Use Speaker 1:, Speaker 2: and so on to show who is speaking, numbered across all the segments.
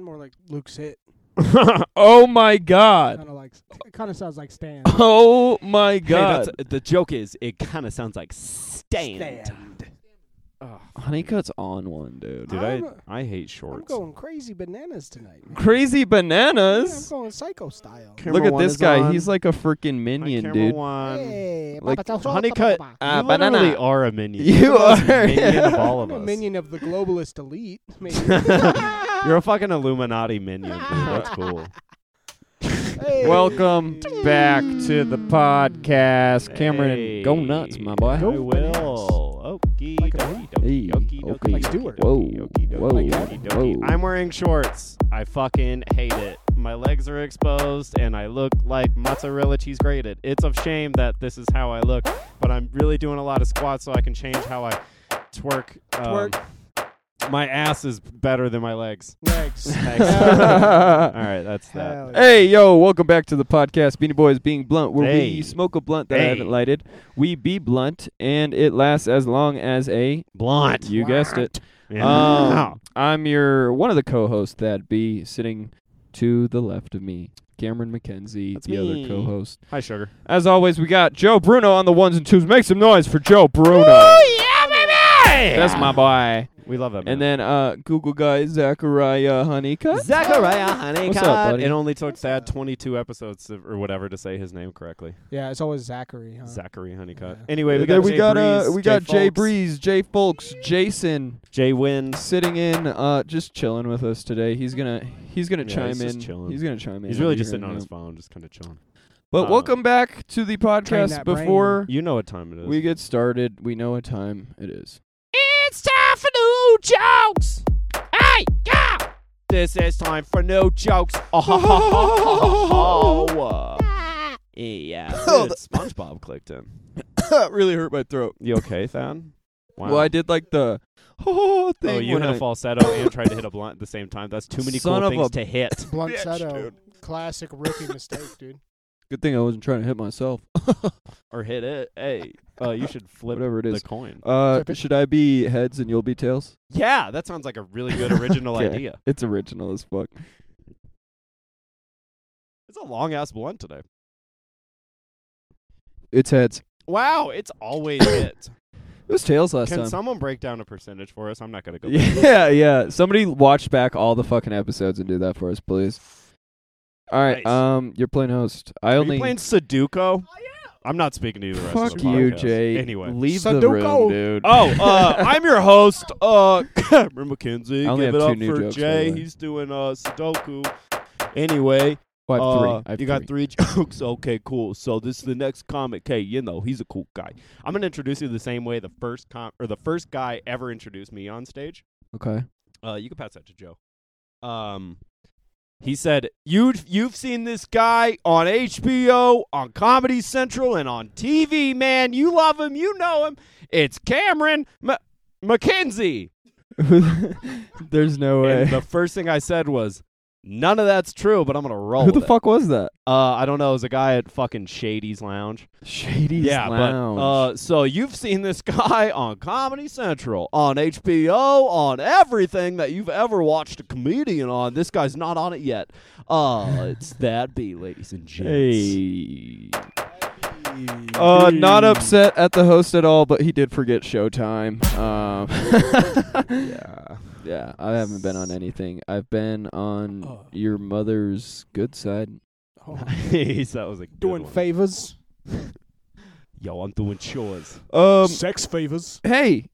Speaker 1: like Luke's hit.
Speaker 2: oh my god.
Speaker 1: Kind of like it kind of sounds like Stan.
Speaker 2: Oh my
Speaker 3: Hey,
Speaker 2: god.
Speaker 3: that's, the joke is it kind of sounds like stand.
Speaker 1: Stand.
Speaker 2: Honeycutt's on one, dude.
Speaker 3: Dude, I,
Speaker 1: I'm-
Speaker 3: I hate
Speaker 1: I'm
Speaker 3: shorts.
Speaker 1: going crazy bananas tonight. Man.
Speaker 2: Crazy
Speaker 1: Yeah,
Speaker 2: bananas.
Speaker 1: I'm going psycho style.
Speaker 3: Camera
Speaker 2: Look at
Speaker 3: one
Speaker 2: this
Speaker 3: is
Speaker 2: guy.
Speaker 3: on.
Speaker 2: He's like a freaking
Speaker 3: My
Speaker 2: minion,
Speaker 3: camera
Speaker 2: dude.
Speaker 3: one.
Speaker 1: Hey,
Speaker 2: like,
Speaker 1: Papa John's-
Speaker 3: Honeycutt,
Speaker 1: Papa.
Speaker 2: Ah,
Speaker 3: you literally
Speaker 2: banana.
Speaker 3: are a minion.
Speaker 2: You
Speaker 3: You're the most
Speaker 2: are.
Speaker 3: minion of all of
Speaker 1: I'm a
Speaker 3: us.
Speaker 1: minion of the globalist elite. Maybe.
Speaker 3: You're a fucking Illuminati minion, dude. That's cool.
Speaker 1: Hey.
Speaker 2: Welcome back to the podcast, Cameron.
Speaker 3: Hey.
Speaker 2: Go nuts, my boy.
Speaker 3: I
Speaker 1: Go bananas.
Speaker 3: will. Okie
Speaker 1: Like a
Speaker 3: dokie,
Speaker 2: Hey,
Speaker 3: dokie, dokie,
Speaker 2: okay.
Speaker 3: dokie,
Speaker 1: Like Stewart.
Speaker 3: dokie,
Speaker 2: Whoa,
Speaker 3: dokie, dokie,
Speaker 2: whoa,
Speaker 3: dokie, dokie.
Speaker 2: whoa.
Speaker 3: I'm wearing shorts. I fucking hate it. My legs are exposed and I look like mozzarella cheese grated. It's a shame that this is how I look, but I'm really doing a lot of squats so I can change how I twerk. Um,
Speaker 1: Twerk.
Speaker 3: My ass is better than my legs.
Speaker 1: Legs.
Speaker 3: Thanks.
Speaker 2: Uh,
Speaker 1: Hell
Speaker 3: All right, that's
Speaker 1: Hell
Speaker 3: that.
Speaker 1: yeah.
Speaker 2: Hey, yo, welcome back to the podcast, Beanie Boys Being Blunt, where
Speaker 3: Hey.
Speaker 2: we smoke a blunt that I
Speaker 3: Hey.
Speaker 2: haven't lighted. We be blunt, and it lasts as long as a.
Speaker 3: Blunt.
Speaker 2: You guessed it.
Speaker 3: Yeah.
Speaker 2: Um, I'm your one of the co-hosts that be sitting to the left of me, Cameron McKenzie,
Speaker 3: That's
Speaker 2: the
Speaker 3: me.
Speaker 2: other co-host.
Speaker 3: Hi, sugar.
Speaker 2: As always, we got Joe Bruno on the ones and twos. Make some noise for Joe Bruno.
Speaker 3: yeah, baby!
Speaker 2: That's my boy.
Speaker 3: We love him.
Speaker 2: And then uh, Google guy Zachariah Honeycutt.
Speaker 3: Zachariah Honeycutt.
Speaker 2: What's up, buddy?
Speaker 3: It only took Thad 22 episodes of, or whatever to say his name correctly.
Speaker 1: yeah, it's always Zachary. Huh?
Speaker 3: Zachary Honeycutt.
Speaker 1: Yeah.
Speaker 3: Anyway, we
Speaker 2: There
Speaker 3: got
Speaker 2: we
Speaker 3: Jay
Speaker 2: got
Speaker 3: Breeze,
Speaker 2: uh, we got Jay
Speaker 3: Folks,
Speaker 2: Breeze, Jay Folks, Jason
Speaker 3: Jay Wynn.
Speaker 2: sitting in, uh, just chilling with us today. He's gonna he's gonna
Speaker 3: Yeah,
Speaker 2: chime
Speaker 3: he's
Speaker 2: in.
Speaker 3: just chilling.
Speaker 2: He's gonna chime in.
Speaker 3: He's really
Speaker 2: here
Speaker 3: just sitting
Speaker 2: and
Speaker 3: on his
Speaker 2: out.
Speaker 3: phone, just kind of chilling.
Speaker 2: But
Speaker 3: Uh,
Speaker 2: welcome back to the podcast.
Speaker 1: that brain.
Speaker 2: Before
Speaker 3: You know what time it is.
Speaker 2: we get started, we know what time it is.
Speaker 3: it's time for new jokes. Hey, yeah. This is time for new jokes. Oh, yeah.
Speaker 2: Oh,
Speaker 3: Dude, SpongeBob clicked in.
Speaker 2: really hurt my throat.
Speaker 3: You okay, Thad? Wow.
Speaker 2: Well, I did like the oh thing.
Speaker 3: Oh, you
Speaker 2: when
Speaker 3: hit a
Speaker 2: I-
Speaker 3: falsetto and tried to hit a blunt at the same time. That's too many
Speaker 2: Son
Speaker 3: cool
Speaker 2: of
Speaker 3: things
Speaker 2: a
Speaker 3: to hit.
Speaker 1: Blunt
Speaker 2: Bitch,
Speaker 1: Seto. Classic rookie mistake, dude.
Speaker 2: Good thing I wasn't trying to hit myself.
Speaker 3: Or hit it. Hey, uh, you should flip
Speaker 2: Whatever it
Speaker 3: the
Speaker 2: is.
Speaker 3: coin.
Speaker 2: Uh,
Speaker 1: Flip it.
Speaker 2: should I be heads and you'll be tails?
Speaker 3: yeah, that sounds like a really good original
Speaker 2: Okay.
Speaker 3: idea.
Speaker 2: It's original as fuck.
Speaker 3: It's a long ass blunt today.
Speaker 2: It's heads.
Speaker 3: Wow, it's always it.
Speaker 2: It was tails last
Speaker 3: Can
Speaker 2: time.
Speaker 3: someone break down a percentage for us? I'm not gonna go. back.
Speaker 2: yeah, yeah. Somebody watch back all the fucking episodes and do that for us, please. All right.
Speaker 3: Nice.
Speaker 2: Um, you're playing host. I
Speaker 3: Are
Speaker 2: only
Speaker 3: you playing Sudoku? I'm not speaking to you the rest
Speaker 2: fuck
Speaker 3: of the
Speaker 2: you,
Speaker 3: podcast.
Speaker 2: Jay.
Speaker 3: Anyway.
Speaker 2: leave the
Speaker 1: Sudoku.
Speaker 2: room, dude.
Speaker 3: Oh, uh, I'm your host, uh, Cameron McKenzie.
Speaker 2: I only have
Speaker 3: Give it
Speaker 2: two
Speaker 3: up
Speaker 2: new
Speaker 3: for
Speaker 2: jokes, by the
Speaker 3: Jay.
Speaker 2: way.
Speaker 3: He's doing uh, Sudoku. Anyway,
Speaker 2: Oh, I have three.
Speaker 3: Uh,
Speaker 2: I have
Speaker 3: you got three jokes. Okay, cool. So this is the next comic. Hey, you know he's a cool guy. I'm gonna introduce you the same way the first com or the first guy ever introduced me on stage.
Speaker 2: Okay.
Speaker 3: Uh, you can pass that to Joe. Um, he said you you've seen this guy on HBO, on Comedy Central, and on TV. Man, you love him. You know him. It's Cameron M- McKenzie.
Speaker 2: There's no way.
Speaker 3: And the first thing I said was. None of that's true, but I'm gonna roll.
Speaker 2: Who the
Speaker 3: with it."
Speaker 2: fuck was that?
Speaker 3: Uh, I don't know. It was a guy at fucking Shady's Lounge.
Speaker 2: Shady's
Speaker 3: yeah,
Speaker 2: Lounge.
Speaker 3: but uh, so you've seen this guy on Comedy Central, on HBO, on everything that you've ever watched a comedian on. This guy's not on it yet. Uh, it's that B, ladies and gents.
Speaker 2: hey. Uh, not upset at the host at all, but he did forget Showtime. Um,
Speaker 3: Yeah.
Speaker 2: yeah, I haven't been on anything. I've been on
Speaker 3: Uh.
Speaker 1: Oh.
Speaker 2: your mother's good side.
Speaker 1: Oh,
Speaker 3: Nice. That was a good
Speaker 1: doing
Speaker 3: one.
Speaker 1: favors.
Speaker 3: Yo, I'm doing chores.
Speaker 2: Um,
Speaker 1: Sex favors.
Speaker 2: hey,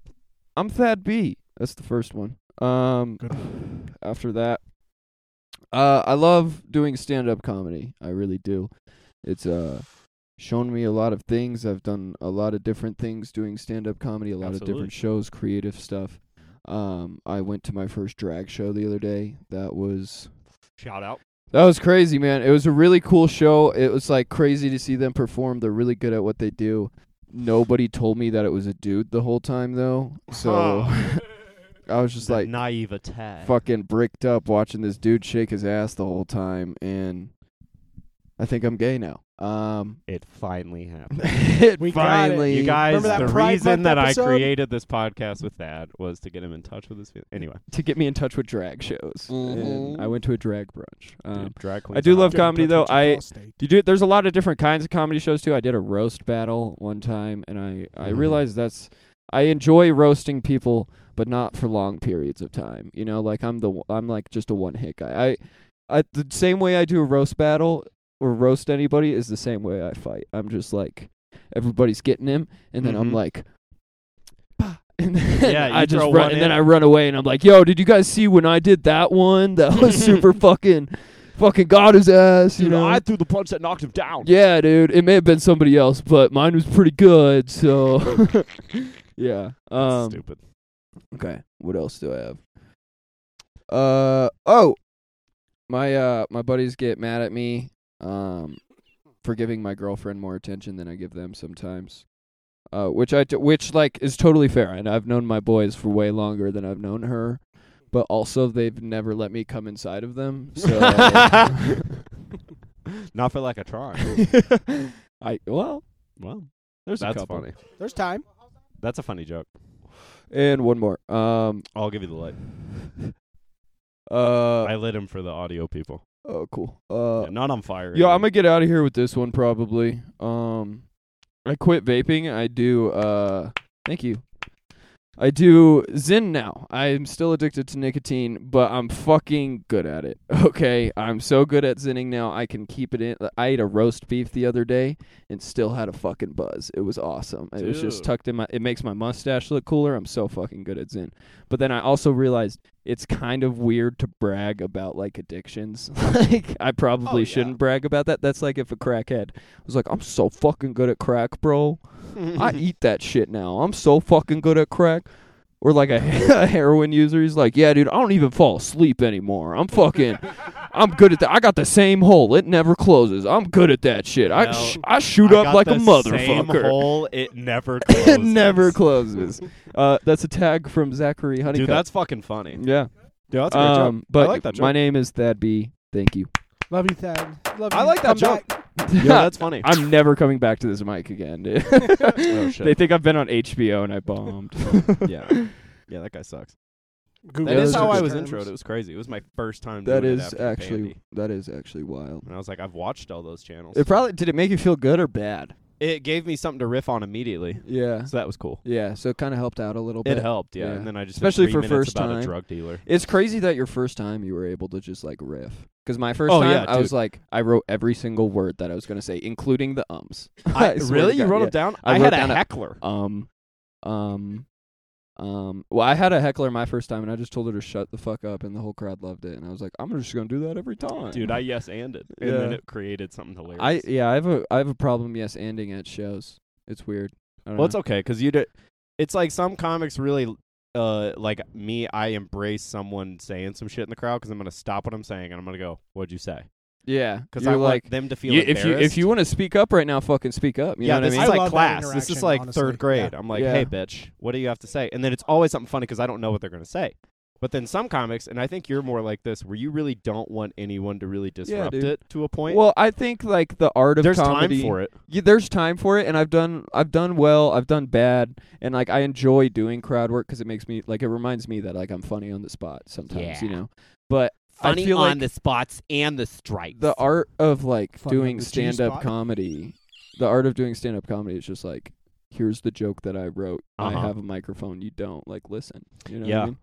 Speaker 2: I'm Thad B. That's the first one. Um,
Speaker 1: Good
Speaker 2: after that, uh, I love doing stand-up comedy. I really do. It's uh shown me a lot of things. I've done a lot of different things doing stand-up comedy, a lot of
Speaker 3: Absolutely.
Speaker 2: different shows, creative stuff. Um, I went to my first drag show the other day. That was
Speaker 3: Shout out.
Speaker 2: That was crazy, man. It was a really cool show. It was like crazy to see them perform. They're really good at what they do. Nobody told me that it was a dude the whole time though. So I was just
Speaker 3: Oh. The
Speaker 2: like
Speaker 3: naivete.
Speaker 2: fucking bricked up watching this dude shake his ass the whole time and I think I'm gay now. Um,
Speaker 3: It finally happened.
Speaker 2: it
Speaker 1: We got it.
Speaker 2: finally.
Speaker 3: You guys,
Speaker 1: Remember that
Speaker 3: the
Speaker 1: Pride
Speaker 3: reason
Speaker 1: Month
Speaker 3: that
Speaker 1: episode?
Speaker 3: I created this podcast with that was to get him in touch with his family. Anyway,
Speaker 2: to get me in touch with drag shows. And
Speaker 1: Mhm.
Speaker 2: I went to a drag brunch. Um,
Speaker 3: dude, drag queens.
Speaker 2: I do
Speaker 3: are
Speaker 2: love
Speaker 3: hot.
Speaker 2: comedy,
Speaker 1: Don't
Speaker 2: though,
Speaker 1: touch a
Speaker 2: I-
Speaker 1: tall steak.
Speaker 2: You do. There's a lot of different kinds of comedy shows too. I did a roast battle one time, and I I
Speaker 3: Mhm.
Speaker 2: realized that's I enjoy roasting people, but not for long periods of time. You know, like I'm the I'm like just a one hit guy. I I the same way I do a roast battle or roast anybody is the same way I fight. I'm just like everybody's getting him, and then I'm
Speaker 3: Mhm.
Speaker 2: like. "Bah," And then
Speaker 3: Yeah, you
Speaker 2: I just
Speaker 3: throw
Speaker 2: run,
Speaker 3: one
Speaker 2: and then
Speaker 3: in.
Speaker 2: I run away, and I'm like, "Yo, did you guys see when I did that one? That was super fucking, fucking got his ass." You
Speaker 3: Dude,
Speaker 2: know,
Speaker 3: I threw the punch that knocked him down.
Speaker 2: yeah, dude. It may have been somebody else, but mine was pretty good. So, yeah.
Speaker 3: That's
Speaker 2: Um,
Speaker 3: stupid.
Speaker 2: okay. What else do I have? Uh oh, my uh my buddies get mad at me um for giving my girlfriend more attention than I give them sometimes. Uh, which I t- which like is totally fair, and I've known my boys for way longer than I've known her, but also they've never let me come inside of them. So,
Speaker 3: Not for like a try.
Speaker 2: I well,
Speaker 3: Well,
Speaker 2: there's a
Speaker 3: that's
Speaker 2: couple.
Speaker 3: funny.
Speaker 1: There's time.
Speaker 3: That's a funny joke.
Speaker 2: And one more. Um.
Speaker 3: I'll give you the light.
Speaker 2: Uh.
Speaker 3: I lit him for the audio people.
Speaker 2: oh, cool. Uh.
Speaker 3: Yeah, not on fire.
Speaker 2: Yeah, I'm gonna get out of here with this one probably. Um, I quit vaping. I do. Uh, thank you. I do Zyn now. I'm still addicted to nicotine, but I'm fucking good at it. Okay, I'm so good at zinning now. I can keep it in. I ate a roast beef the other day and still had a fucking buzz. It was awesome. It was just
Speaker 3: Dude.
Speaker 2: tucked in my. It makes my mustache look cooler. I'm so fucking good at Zyn. But then I also realized it's kind of weird to brag about like addictions. like I probably
Speaker 3: Oh, yeah.
Speaker 2: shouldn't brag about that. That's like if a crackhead was like, "I'm so fucking good at crack, bro. I eat that shit now. I'm so fucking good at crack." Or like a, a heroin user, he's like, "Yeah, dude, I don't even fall asleep anymore. I'm fucking, I'm good at that. I got the same hole. It never closes. I'm good at that shit. I
Speaker 3: Well,
Speaker 2: sh- I shoot up like a motherfucker."
Speaker 3: Same hole. It never.
Speaker 2: it
Speaker 3: closes.
Speaker 2: never closes. Uh, that's a tag from Zachary Honeycutt.
Speaker 3: Dude, that's fucking funny. Dude,
Speaker 2: yeah.
Speaker 3: that's a great joke.
Speaker 2: Um, but
Speaker 3: I like that joke.
Speaker 2: my name is Thad B. Thank you.
Speaker 1: Love you, Thad. Love
Speaker 3: I
Speaker 1: you.
Speaker 3: like that
Speaker 1: Come
Speaker 3: joke.
Speaker 1: back.
Speaker 3: Yo, that's funny.
Speaker 2: I'm never coming back to this mic again, dude.
Speaker 3: Oh, shit.
Speaker 2: They think I've been on HBO and I bombed.
Speaker 3: yeah. Yeah, that guy sucks.
Speaker 1: Google
Speaker 3: That
Speaker 2: Yeah,
Speaker 3: is
Speaker 2: those
Speaker 3: how
Speaker 2: are
Speaker 3: I
Speaker 2: good
Speaker 3: was
Speaker 1: terms.
Speaker 3: introed. It was crazy. It was my first time.
Speaker 2: that
Speaker 3: doing it
Speaker 2: is
Speaker 3: after
Speaker 2: actually
Speaker 3: Bambi.
Speaker 2: that is actually wild.
Speaker 3: And I was like, I've watched all those channels.
Speaker 2: It probably did it make you feel good or bad?
Speaker 3: it gave me something to riff on immediately,
Speaker 2: Yeah.
Speaker 3: so that was cool.
Speaker 2: Yeah, so it kind of helped out a little bit.
Speaker 3: It helped, yeah.
Speaker 2: yeah.
Speaker 3: And then I just did
Speaker 2: Especially
Speaker 3: three
Speaker 2: for
Speaker 3: minutes
Speaker 2: first
Speaker 3: about
Speaker 2: time.
Speaker 3: a drug dealer.
Speaker 2: It's crazy that your first time you were able to just like riff. Because my first
Speaker 3: Oh,
Speaker 2: time,
Speaker 3: yeah,
Speaker 2: I was
Speaker 3: dude.
Speaker 2: like, I wrote every single word that I was going to say, including the ums. I
Speaker 3: I,
Speaker 2: swear to
Speaker 3: really? You
Speaker 2: God,
Speaker 3: wrote
Speaker 2: yeah.
Speaker 3: it down?
Speaker 2: I
Speaker 3: I,
Speaker 2: wrote
Speaker 3: had
Speaker 2: down
Speaker 3: a
Speaker 2: a-
Speaker 3: heckler.
Speaker 2: um, um, um. Well, I had a heckler my first time, and I just told her to shut the fuck up, and the whole crowd loved it. And I was like, I'm just gonna do that every time,
Speaker 3: Dude, I yes anded. And then it created something hilarious.
Speaker 2: I yeah, I have a I have a problem. Yes, ending at shows. It's weird. I don't
Speaker 3: well, it's
Speaker 2: know.
Speaker 3: okay because you did. It's like some comics really, uh, like me. I embrace someone saying some shit in the crowd because I'm gonna stop what I'm saying and I'm gonna go, "What'd you say?"
Speaker 2: yeah,
Speaker 3: Because
Speaker 2: you're
Speaker 3: I
Speaker 2: like,
Speaker 3: want them to feel
Speaker 2: you, if you if
Speaker 3: embarrassed.
Speaker 2: you want to speak up right now, fucking speak up. You
Speaker 3: yeah,
Speaker 2: know what I
Speaker 3: this
Speaker 2: mean?
Speaker 3: is
Speaker 1: I
Speaker 3: like
Speaker 1: love that
Speaker 3: class. This is
Speaker 1: interaction,
Speaker 3: like
Speaker 1: honestly.
Speaker 3: third grade.
Speaker 1: Yeah.
Speaker 3: I'm like,
Speaker 2: Yeah.
Speaker 3: hey, bitch, what do you have to say? And then it's always something funny because I don't know what they're gonna say. But then some comics, and I think you're more like this, where you really don't want anyone to really disrupt
Speaker 2: dude.
Speaker 3: it to a point.
Speaker 2: well, I think like the art of
Speaker 3: There's
Speaker 2: comedy.
Speaker 3: time for it.
Speaker 2: yeah, there's time for it, and I've done I've done well, I've done bad, and like I enjoy doing crowd work because it makes me like it reminds me that like I'm funny on the spot sometimes, you
Speaker 3: Yeah.
Speaker 2: know. But I feel like
Speaker 3: the spots and the stripes.
Speaker 2: the art of like
Speaker 1: Fun
Speaker 2: doing
Speaker 1: of the
Speaker 2: stand up
Speaker 1: G-spot.
Speaker 2: comedy, the art of doing stand up comedy is just like here's the joke that I wrote. I
Speaker 3: Uh-huh.
Speaker 2: have a microphone. You don't like listen. You know what I
Speaker 3: Yeah.
Speaker 2: mean?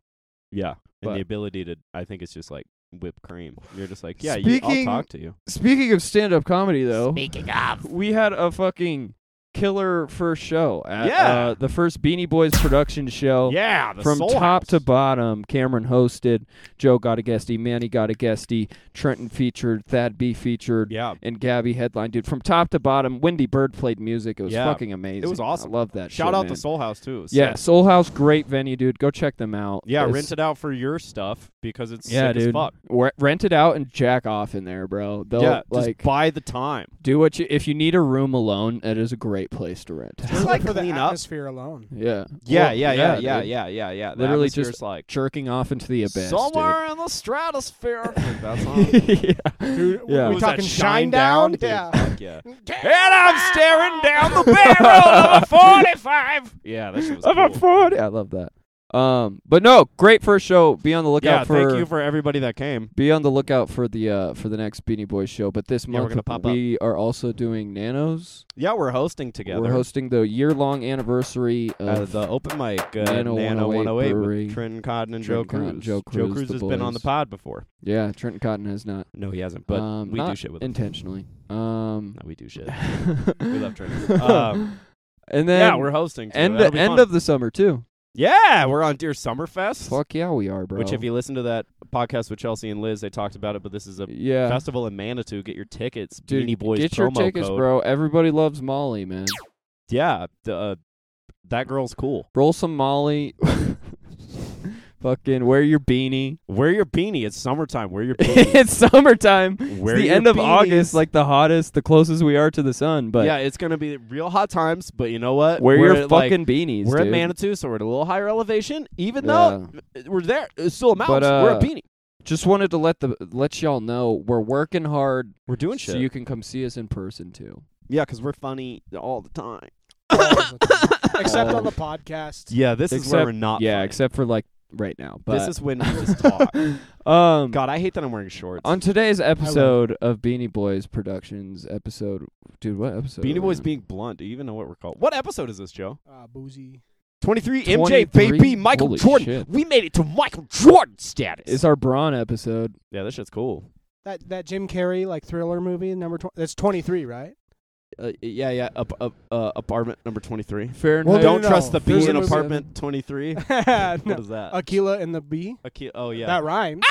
Speaker 3: Yeah, and
Speaker 2: But-
Speaker 3: the ability to, I think it's just like whipped cream. You're just like, yeah, you, I'll
Speaker 2: Speaking-
Speaker 3: talk to you.
Speaker 2: Speaking of stand up comedy, though,
Speaker 3: Speaking of,
Speaker 2: we had a fucking killer first show at
Speaker 3: Yeah.
Speaker 2: uh, the first Beanie Boys production show.
Speaker 3: yeah, the
Speaker 2: From
Speaker 3: Soul
Speaker 2: top
Speaker 3: House.
Speaker 2: to bottom, Cameron hosted, Joe got a guestie, Manny got a guestie, Trenton featured, Thad B featured,
Speaker 3: yeah,
Speaker 2: and Gabby headline, dude. From top to bottom, Wendy Bird played music. It was
Speaker 3: Yeah.
Speaker 2: fucking amazing.
Speaker 3: It was awesome.
Speaker 2: I love that.
Speaker 3: shout
Speaker 2: shit,
Speaker 3: out
Speaker 2: man.
Speaker 3: to Soul House too. It was
Speaker 2: Yeah,
Speaker 3: sick.
Speaker 2: Soul House, great venue, dude. Go check them out.
Speaker 3: yeah,
Speaker 2: It's-
Speaker 3: rent it out for your stuff because it's
Speaker 2: Yeah,
Speaker 3: sick as
Speaker 2: dude.
Speaker 3: fuck.
Speaker 2: Re- rent it out and jack off in there, bro. They'll
Speaker 3: yeah,
Speaker 2: like
Speaker 3: just buy the time.
Speaker 2: do what you if you need a room alone. It is a great great place to rent.
Speaker 3: Just like
Speaker 1: for the
Speaker 3: clean up.
Speaker 1: atmosphere alone.
Speaker 2: Yeah.
Speaker 3: Yeah,
Speaker 2: Well,
Speaker 3: yeah, yeah, yeah,
Speaker 2: dude.
Speaker 3: yeah, yeah, yeah. The
Speaker 2: Literally
Speaker 3: atmosphere's
Speaker 2: just
Speaker 3: like
Speaker 2: Jerking off into the abyss.
Speaker 3: somewhere in the stratosphere. That's on.
Speaker 2: Dude. yeah.
Speaker 1: Dude,
Speaker 2: Yeah.
Speaker 1: we
Speaker 2: Was
Speaker 1: talking shine down? Yeah.
Speaker 3: Yeah.
Speaker 1: Damn.
Speaker 3: And I'm staring down the barrel of a 45. Yeah, that shit was
Speaker 2: I'm
Speaker 3: cool.
Speaker 2: I love that. Um, but no, great first show. Be on the lookout
Speaker 3: Yeah,
Speaker 2: for.
Speaker 3: thank you for everybody that came.
Speaker 2: be on the lookout for the uh for the next Beanie Boys show. But this
Speaker 3: Yeah, we're
Speaker 2: month
Speaker 3: gonna pop up.
Speaker 2: we are also doing Nanos.
Speaker 3: Yeah, we're hosting together.
Speaker 2: We're hosting the year long anniversary
Speaker 3: uh,
Speaker 2: of
Speaker 3: the open mic, uh,
Speaker 2: Nano 108
Speaker 3: Nano, 108,
Speaker 2: Brewery.
Speaker 3: with Trenton Cotton and Joe
Speaker 2: Trenton Cotton,
Speaker 3: Cruz.
Speaker 2: Joe Cruz,
Speaker 3: Cruz
Speaker 2: the
Speaker 3: has been on the
Speaker 2: boys.
Speaker 3: pod before.
Speaker 2: yeah. Trenton Cotton has not,
Speaker 3: No, he hasn't, but
Speaker 2: Um,
Speaker 3: we do
Speaker 2: not
Speaker 3: shit with him.
Speaker 2: intentionally. Um,
Speaker 3: No, we do shit.
Speaker 2: we
Speaker 3: love Trenton. Um,
Speaker 2: and then
Speaker 3: yeah, we're hosting. Too.
Speaker 2: end
Speaker 3: That'll be
Speaker 2: end
Speaker 3: fun.
Speaker 2: of the summer too.
Speaker 3: Yeah, we're on Dear Summerfest,
Speaker 2: Fuck yeah, we are, bro.
Speaker 3: which if you listen to that podcast with Chelsea and Liz, they talked about it. But this is a
Speaker 2: yeah,
Speaker 3: festival in Manitou. Get your tickets,
Speaker 2: dude,
Speaker 3: Beanie Boys
Speaker 2: get
Speaker 3: promo
Speaker 2: your tickets,
Speaker 3: code.
Speaker 2: bro. Everybody loves Molly, man.
Speaker 3: Yeah, the, uh, that girl's cool.
Speaker 2: Roll some Molly. Fucking wear your beanie.
Speaker 3: Wear your beanie. It's summertime. Wear your beanie.
Speaker 2: it's summertime.
Speaker 3: Wear
Speaker 2: it's the
Speaker 3: your
Speaker 2: end of
Speaker 3: beanies.
Speaker 2: August, like the hottest, the closest we are to the sun. But
Speaker 3: yeah, it's gonna be real hot times. But you know what?
Speaker 2: wear
Speaker 3: We're
Speaker 2: your
Speaker 3: at, like,
Speaker 2: fucking beanies.
Speaker 3: We're
Speaker 2: dude.
Speaker 3: at Manitou, so we're at a little higher elevation. Even
Speaker 2: Yeah.
Speaker 3: though we're there, it's still a mountain.
Speaker 2: But, uh,
Speaker 3: we're a beanie.
Speaker 2: Just wanted to let the let y'all know we're working hard
Speaker 3: We're doing
Speaker 2: so you can come see us in person too.
Speaker 3: yeah, because we're funny all the time.
Speaker 1: Except
Speaker 2: Oh.
Speaker 1: on the podcast.
Speaker 3: Yeah, this is where
Speaker 2: Except-
Speaker 3: we're not.
Speaker 2: yeah,
Speaker 3: funny.
Speaker 2: except for like right now. But
Speaker 3: this is when we just talk.
Speaker 2: um
Speaker 3: God, I hate that I'm wearing shorts.
Speaker 2: on today's episode of Beanie Boys Productions episode, dude, what episode? are
Speaker 3: Beanie
Speaker 2: we
Speaker 3: Boys
Speaker 2: on?
Speaker 3: being blunt. Do you even know what we're called? What episode is this, Joe?
Speaker 1: Uh, boozy.
Speaker 3: 23, MJ,
Speaker 2: 23?
Speaker 3: baby, Michael
Speaker 2: Holy
Speaker 3: Jordan.
Speaker 2: shit.
Speaker 3: We made it to Michael Jordan status.
Speaker 2: It's our Braun episode.
Speaker 3: yeah, this shit's cool.
Speaker 1: That that Jim Carrey like thriller movie number tw- that's 23, right?
Speaker 3: Uh, yeah, yeah. Up, up, uh, apartment number 23.
Speaker 2: Fahrenheit.
Speaker 1: Well, no,
Speaker 3: Don't
Speaker 1: no,
Speaker 3: trust the
Speaker 1: There's
Speaker 3: bee in
Speaker 1: a movie-
Speaker 3: apartment 23. What
Speaker 1: No.
Speaker 3: is that?
Speaker 1: Aquila and the Bee.
Speaker 3: Aki- oh, yeah.
Speaker 1: That rhymes.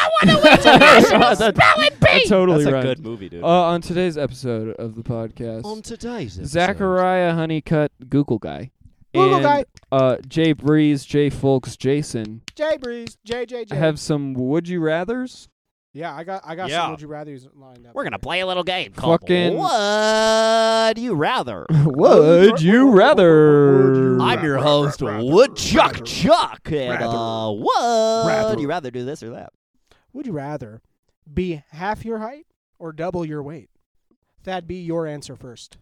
Speaker 2: That- that totally
Speaker 3: That's a
Speaker 2: right.
Speaker 3: good movie, dude.
Speaker 2: Uh, on today's episode of the podcast,
Speaker 3: today's
Speaker 2: Zachariah Honeycutt, Google guy,
Speaker 1: Google
Speaker 2: and,
Speaker 1: guy.
Speaker 2: uh, Jay Breeze, Jay Folks, Jason
Speaker 1: Jay Breeze. J J J.
Speaker 2: have some would you rather's.
Speaker 1: yeah, I got I got
Speaker 3: Yeah.
Speaker 1: some would you rather's lined up.
Speaker 3: We're gonna
Speaker 1: here.
Speaker 3: play a little game called
Speaker 2: Fucking-
Speaker 3: Would You Rather.
Speaker 2: would you rather?
Speaker 3: I'm your host,
Speaker 1: rather,
Speaker 3: Woodchuck
Speaker 1: rather,
Speaker 3: Chuck, and
Speaker 1: rather,
Speaker 3: uh, would
Speaker 1: rather.
Speaker 3: you rather do this or that?
Speaker 1: Would you rather be half your height or double your weight? That'd be your answer first.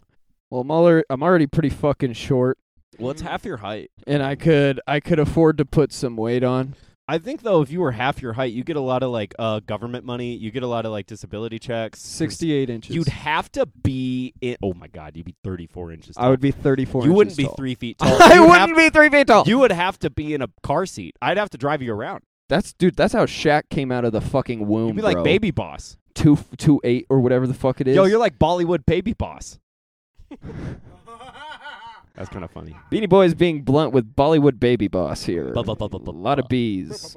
Speaker 2: well, I'm, alre- I'm already pretty fucking short,
Speaker 3: What's half your height?
Speaker 2: and I could I could afford to put some weight on.
Speaker 3: I think though, if you were half your height, you get a lot of like uh, government money. You get a lot of like disability checks.
Speaker 2: Sixty-eight inches.
Speaker 3: You'd have to be. In, oh my god, you'd be 34 inches. Tall.
Speaker 2: I would be thirty-four.
Speaker 3: You
Speaker 2: inches
Speaker 3: wouldn't be
Speaker 2: tall.
Speaker 3: three feet tall.
Speaker 2: I
Speaker 3: You'd
Speaker 2: wouldn't
Speaker 3: have-
Speaker 2: be three feet tall.
Speaker 3: You would have to be in a car seat. I'd have to drive you around.
Speaker 2: That's dude. That's how Shaq came out of the fucking womb.
Speaker 3: You'd be like
Speaker 2: bro.
Speaker 3: baby boss.
Speaker 2: two two eight or whatever the fuck it is.
Speaker 3: Yo, you're like Bollywood baby boss. That's kind of funny.
Speaker 2: Beanie Boys being blunt with Bollywood baby boss here.
Speaker 3: Bu- bu- bu- bu- bu-
Speaker 2: a lot of bees.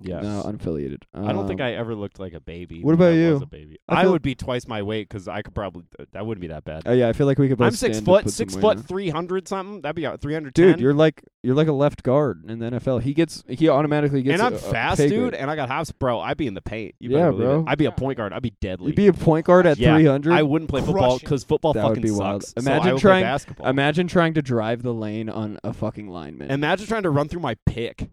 Speaker 3: Yes.
Speaker 2: No, unaffiliated.
Speaker 3: I don't think
Speaker 2: Um,
Speaker 3: I ever looked like a baby.
Speaker 2: What
Speaker 3: when
Speaker 2: about
Speaker 3: I
Speaker 2: you?
Speaker 3: Was a baby.
Speaker 2: I
Speaker 3: I,
Speaker 2: feel-
Speaker 3: would be twice my weight because I could probably. That wouldn't be that bad.
Speaker 2: Oh yeah, I feel like we could both.
Speaker 3: I'm six
Speaker 2: stand and
Speaker 3: foot,
Speaker 2: put some
Speaker 3: six
Speaker 2: weight
Speaker 3: foot,
Speaker 2: on.
Speaker 3: three hundred something. That'd be three hundred.
Speaker 2: Dude, you're like you're like a left guard in the NFL. He gets he automatically gets.
Speaker 3: and I'm
Speaker 2: a- a
Speaker 3: fast,
Speaker 2: pay
Speaker 3: dude,
Speaker 2: grade.
Speaker 3: and I got hops, bro. I'd be in the paint. You
Speaker 2: Yeah,
Speaker 3: better believe it.
Speaker 2: bro.
Speaker 3: I'd be a point guard. I'd be deadly.
Speaker 2: You'd be a point guard at
Speaker 3: Yeah,
Speaker 2: 300.
Speaker 3: I wouldn't play football
Speaker 1: Crushing.
Speaker 3: because football
Speaker 2: That would
Speaker 3: fucking
Speaker 2: be wild.
Speaker 3: sucks. so
Speaker 2: Imagine
Speaker 3: I would
Speaker 2: trying-
Speaker 3: play basketball.
Speaker 2: Imagine trying to drive the lane on a fucking lineman.
Speaker 3: Imagine trying to run through my pick.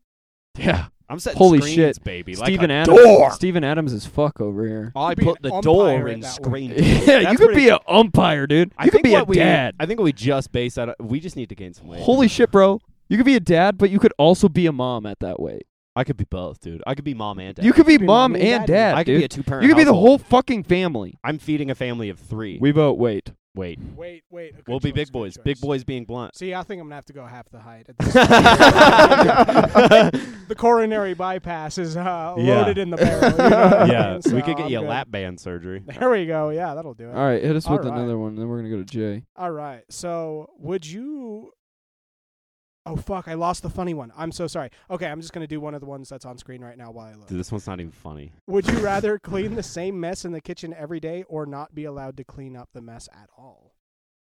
Speaker 2: yeah,
Speaker 3: I'm setting
Speaker 2: Holy
Speaker 3: screens,
Speaker 2: shit.
Speaker 3: baby.
Speaker 2: Steven
Speaker 3: like a
Speaker 2: Adams.
Speaker 3: door.
Speaker 2: Steven Adams is fuck over here.
Speaker 3: I
Speaker 1: You'd be
Speaker 3: put
Speaker 1: an
Speaker 3: the
Speaker 1: umpire
Speaker 3: door
Speaker 1: at
Speaker 3: in
Speaker 1: that one.
Speaker 3: screen.
Speaker 2: yeah, you
Speaker 3: That's
Speaker 2: could
Speaker 3: pretty-
Speaker 2: be an umpire, dude.
Speaker 3: I
Speaker 2: You could
Speaker 3: think
Speaker 2: be a
Speaker 3: what we-
Speaker 2: dad.
Speaker 3: I think what we just based out. Of, we just need to gain some weight.
Speaker 2: Holy shit, bro. You could be a dad, but you could also be a mom at that weight.
Speaker 3: I could be both, dude. I could be mom and dad.
Speaker 2: You could be
Speaker 1: could be
Speaker 2: mom
Speaker 1: mom
Speaker 2: and
Speaker 1: and
Speaker 2: dad,
Speaker 1: daddy.
Speaker 3: I could
Speaker 2: dude.
Speaker 3: be a two parent.
Speaker 2: you could be the whole fucking family.
Speaker 3: I'm feeding a family of three.
Speaker 2: We vote wait.
Speaker 3: Wait,
Speaker 1: Wait, wait. a good
Speaker 3: we'll be
Speaker 1: choice,
Speaker 3: big
Speaker 1: good
Speaker 3: boys.
Speaker 1: choice.
Speaker 3: Big boys being blunt.
Speaker 1: See, I think I'm gonna have to go half the height. At this point. the coronary bypass is uh,
Speaker 3: Yeah.
Speaker 1: loaded in the barrel. you know what I
Speaker 3: yeah,
Speaker 1: mean? So
Speaker 3: we could get
Speaker 1: I'm
Speaker 3: you a
Speaker 1: good.
Speaker 3: lap band surgery.
Speaker 1: There we go. Yeah, that'll do it.
Speaker 2: All right, hit us with
Speaker 1: All right.
Speaker 2: another one, then we're going to go to Jay.
Speaker 1: All right. So, would you? Oh fuck! I lost the funny one. I'm so sorry. Okay, I'm just gonna do one of the ones that's on screen right now while I look.
Speaker 3: Dude, this one's not even funny.
Speaker 1: Would you rather clean the same mess in the kitchen every day, or not be allowed to clean up the mess at all?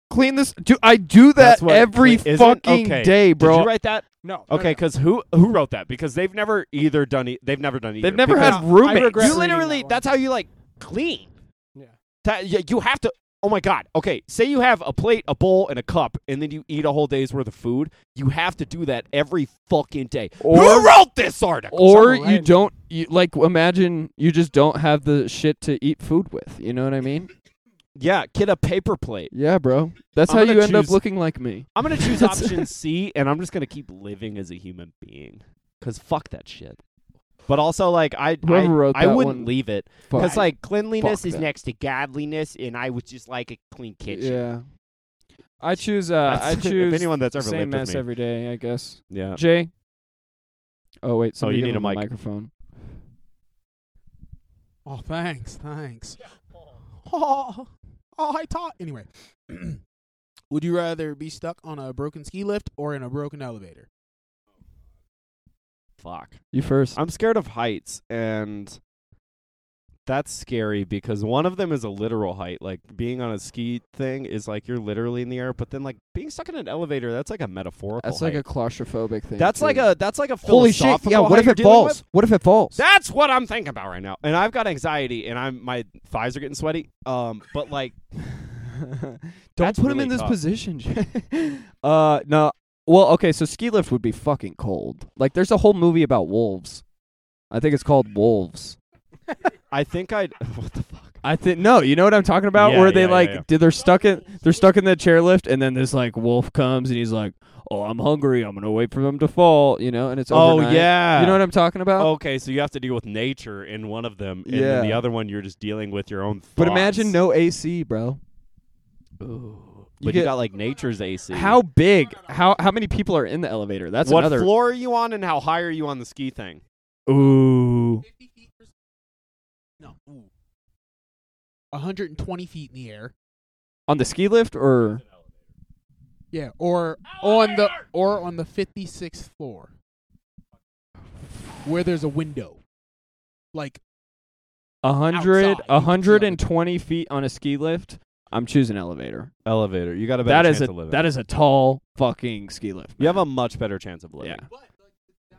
Speaker 2: Clean this. Do I do that
Speaker 3: That's what-
Speaker 2: every
Speaker 3: wait, isn't-
Speaker 2: fucking
Speaker 3: okay.
Speaker 2: day, bro?
Speaker 3: Did you write that?
Speaker 1: No. no,
Speaker 3: Okay,
Speaker 1: no.
Speaker 3: because who who wrote that? Because they've never either done. E- they've never done either.
Speaker 2: They've never
Speaker 3: because
Speaker 2: had
Speaker 1: Because I
Speaker 2: roommates.
Speaker 1: regret-
Speaker 3: You
Speaker 1: reading
Speaker 3: literally.
Speaker 1: that one.
Speaker 3: that's how you like clean.
Speaker 1: Yeah.
Speaker 3: That- y- you have to Oh my god. Okay, say you have a plate, a bowl, and a cup, and then you eat a whole day's worth of food. You have to do that every fucking day.
Speaker 2: Or-
Speaker 3: Who wrote this article?
Speaker 2: Or
Speaker 1: Someone
Speaker 2: you
Speaker 1: ran.
Speaker 2: don't you, like imagine you just don't have the shit to eat food with. You know what I mean?
Speaker 3: Yeah, get a paper plate.
Speaker 2: Yeah, bro. That's
Speaker 3: I'm
Speaker 2: how
Speaker 3: gonna
Speaker 2: you end up
Speaker 3: choose-
Speaker 2: looking like me.
Speaker 3: I'm gonna choose
Speaker 2: That's-
Speaker 3: option C, and I'm just gonna keep living as a human being. Cause fuck that shit. But also, like, I I,
Speaker 2: Whoever wrote
Speaker 3: I
Speaker 2: that
Speaker 3: wouldn't
Speaker 2: one-
Speaker 3: leave it
Speaker 2: Fuck.
Speaker 3: because, like, cleanliness
Speaker 2: fuck
Speaker 3: is
Speaker 2: that.
Speaker 3: next to godliness, and I would just like a clean kitchen.
Speaker 2: yeah. I choose. Uh, I
Speaker 3: That's-
Speaker 2: choose.
Speaker 3: if anyone that's ever
Speaker 2: same
Speaker 3: lived with
Speaker 2: mess
Speaker 3: me.
Speaker 2: every day. I guess.
Speaker 3: yeah.
Speaker 2: Jay. Oh wait. Somebody
Speaker 3: you
Speaker 2: give
Speaker 3: need
Speaker 2: him
Speaker 3: a
Speaker 2: the
Speaker 3: mic.
Speaker 2: microphone.
Speaker 4: Oh, thanks, thanks. Oh, oh, I taught. Anyway, would you rather be stuck on a broken ski lift or in a broken elevator?
Speaker 3: Fuck.
Speaker 2: You first.
Speaker 3: I'm scared of heights, and that's scary because one of them is a literal height. Like being on a ski thing is like you're literally in the air, but then like being stuck in an elevator, that's like a metaphorical.
Speaker 2: That's like a
Speaker 3: height.
Speaker 2: claustrophobic thing.
Speaker 3: That's
Speaker 2: too.
Speaker 3: like a that's like a
Speaker 2: holy shit.
Speaker 3: philosophical
Speaker 2: Yeah. What
Speaker 3: height
Speaker 2: if
Speaker 3: you're
Speaker 2: it
Speaker 3: dealing
Speaker 2: falls?
Speaker 3: with.
Speaker 2: What if it falls?
Speaker 3: That's what I'm thinking about right now, and I've got anxiety, and I'm my thighs are getting sweaty. Um, but like,
Speaker 2: Don't
Speaker 3: That's
Speaker 2: put him
Speaker 3: really
Speaker 2: in this
Speaker 3: tough.
Speaker 2: position. Jay. uh, no. Well, okay. So ski lift would be fucking cold. Like, there's a whole movie about wolves. I think it's called Wolves.
Speaker 3: I think I what the fuck?
Speaker 2: I think no, you know what I'm talking about,
Speaker 3: Yeah,
Speaker 2: where they
Speaker 3: yeah, yeah,
Speaker 2: like
Speaker 3: yeah.
Speaker 2: did they're stuck in they're stuck in the chairlift, and then this like wolf comes and he's like, "Oh, I'm hungry. I'm gonna wait for them to fall," you know, and it's
Speaker 3: Oh
Speaker 2: overnight.
Speaker 3: yeah, Oh,
Speaker 2: you know what I'm talking about.
Speaker 3: Okay, so you have to deal with nature in one of them, and
Speaker 2: Yeah.
Speaker 3: then the other one you're just dealing with your own. Thoughts.
Speaker 2: but imagine no AC, bro.
Speaker 3: But you,
Speaker 2: get-
Speaker 3: got like nature's AC.
Speaker 2: How big? How how many people are in the elevator? That's
Speaker 3: what
Speaker 2: another.
Speaker 3: floor are you on, and how high are you on the ski thing?
Speaker 2: Ooh.
Speaker 4: Fifty feet. Per no. Ooh. 120 feet in the air.
Speaker 2: On the ski lift or
Speaker 4: Yeah, or on the or on the 56th floor where there's a window. Like
Speaker 2: A hundred, a
Speaker 4: Outside, you can see
Speaker 2: hundred and
Speaker 4: elevator.
Speaker 2: twenty feet on a ski lift. I'm choosing elevator.
Speaker 3: Elevator. You got a
Speaker 2: That
Speaker 3: better
Speaker 2: is
Speaker 3: chance
Speaker 2: a
Speaker 3: of living.
Speaker 2: that is a tall fucking ski lift.
Speaker 3: you have a much better chance of living.
Speaker 2: Yeah.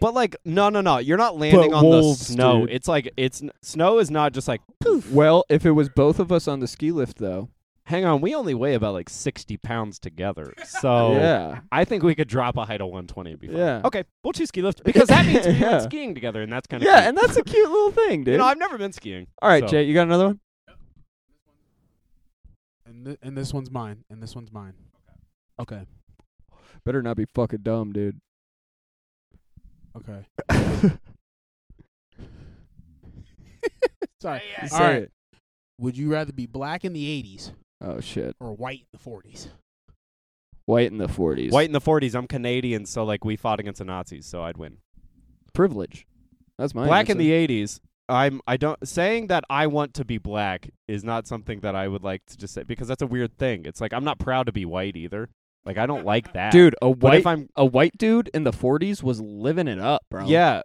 Speaker 3: But like, no, no, no. You're not landing on
Speaker 2: wolves,
Speaker 3: the snow.
Speaker 2: dude.
Speaker 3: It's like it's n- snow is not just like. Poof.
Speaker 2: Well, if it was both of us on the ski lift, though,
Speaker 3: Hang on, we only weigh about like sixty pounds together, so
Speaker 2: yeah,
Speaker 3: I think we could drop a height of one twenty. Before.
Speaker 2: Yeah.
Speaker 3: Okay, we'll choose ski lift because that means we
Speaker 2: Yeah.
Speaker 3: went skiing together, and that's kind of
Speaker 2: yeah, and that's a cute little thing, dude.
Speaker 3: you know I've never been skiing.
Speaker 2: All right,
Speaker 3: so.
Speaker 2: Jay, you got another one?
Speaker 4: and th- and this one's mine and this one's mine. Okay.
Speaker 2: Better not be fucking dumb, dude.
Speaker 4: Okay.
Speaker 2: Say
Speaker 4: Sorry.
Speaker 2: it.
Speaker 4: All right. Would you rather be black in the 80s
Speaker 2: Oh shit,
Speaker 4: or white in the 40s?
Speaker 2: white in the forties,
Speaker 3: White in the forties. I'm Canadian, so like we fought against the Nazis, so I'd win.
Speaker 2: privilege. That's my
Speaker 3: black in
Speaker 2: answer.
Speaker 3: the eighties. I'm I don't saying that I want to be black is not something that I would like to just say because that's a weird thing. It's like I'm not proud to be white either. Like I don't like that.
Speaker 2: dude. A
Speaker 3: but
Speaker 2: white
Speaker 3: if I'm
Speaker 2: a white dude in the forties was living it up, bro.
Speaker 3: yeah,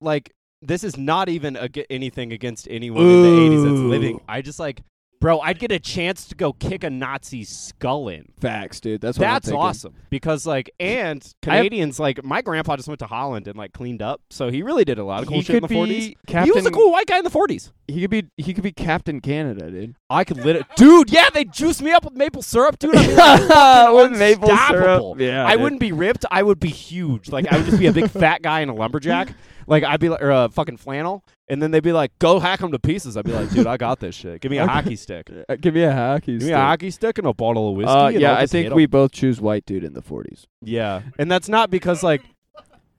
Speaker 3: like this is not even ag- anything against anyone in the eighties that's
Speaker 2: Ooh.
Speaker 3: living. I just like, bro, I'd get a chance to go kick a Nazi skull in.
Speaker 2: facts, dude. That's what I'm
Speaker 3: That's
Speaker 2: thinking.
Speaker 3: awesome because like and
Speaker 2: I have-
Speaker 3: Canadians like my grandpa just went to Holland and like cleaned up, so he really did a lot of cool
Speaker 2: He
Speaker 3: shit in
Speaker 2: could
Speaker 3: the
Speaker 2: be
Speaker 3: forties. He
Speaker 2: Captain
Speaker 3: was a cool white guy in the forties.
Speaker 2: He could be he could be Captain Canada, dude.
Speaker 3: I could lit dude. Yeah, they juice me up with maple syrup, dude. I'd be like,
Speaker 2: With
Speaker 3: unstoppable.
Speaker 2: Yeah,
Speaker 3: I
Speaker 2: dude.
Speaker 3: wouldn't be ripped. I would be huge. Like I would just be a big fat guy in a lumberjack. Like I'd be like, or a fucking flannel, and then they'd be like, "Go hack them to pieces." I'd be like, "Dude, I got this shit. Give me a
Speaker 2: Okay.
Speaker 3: hockey stick. Give
Speaker 2: Uh, give me a hockey.
Speaker 3: me a hockey stick and a bottle of whiskey."
Speaker 2: Uh,
Speaker 3: and
Speaker 2: yeah,
Speaker 3: I'll
Speaker 2: I
Speaker 3: just
Speaker 2: think
Speaker 3: hit 'em."
Speaker 2: we both choose white dude in the 40s.
Speaker 3: Yeah, and that's not because like,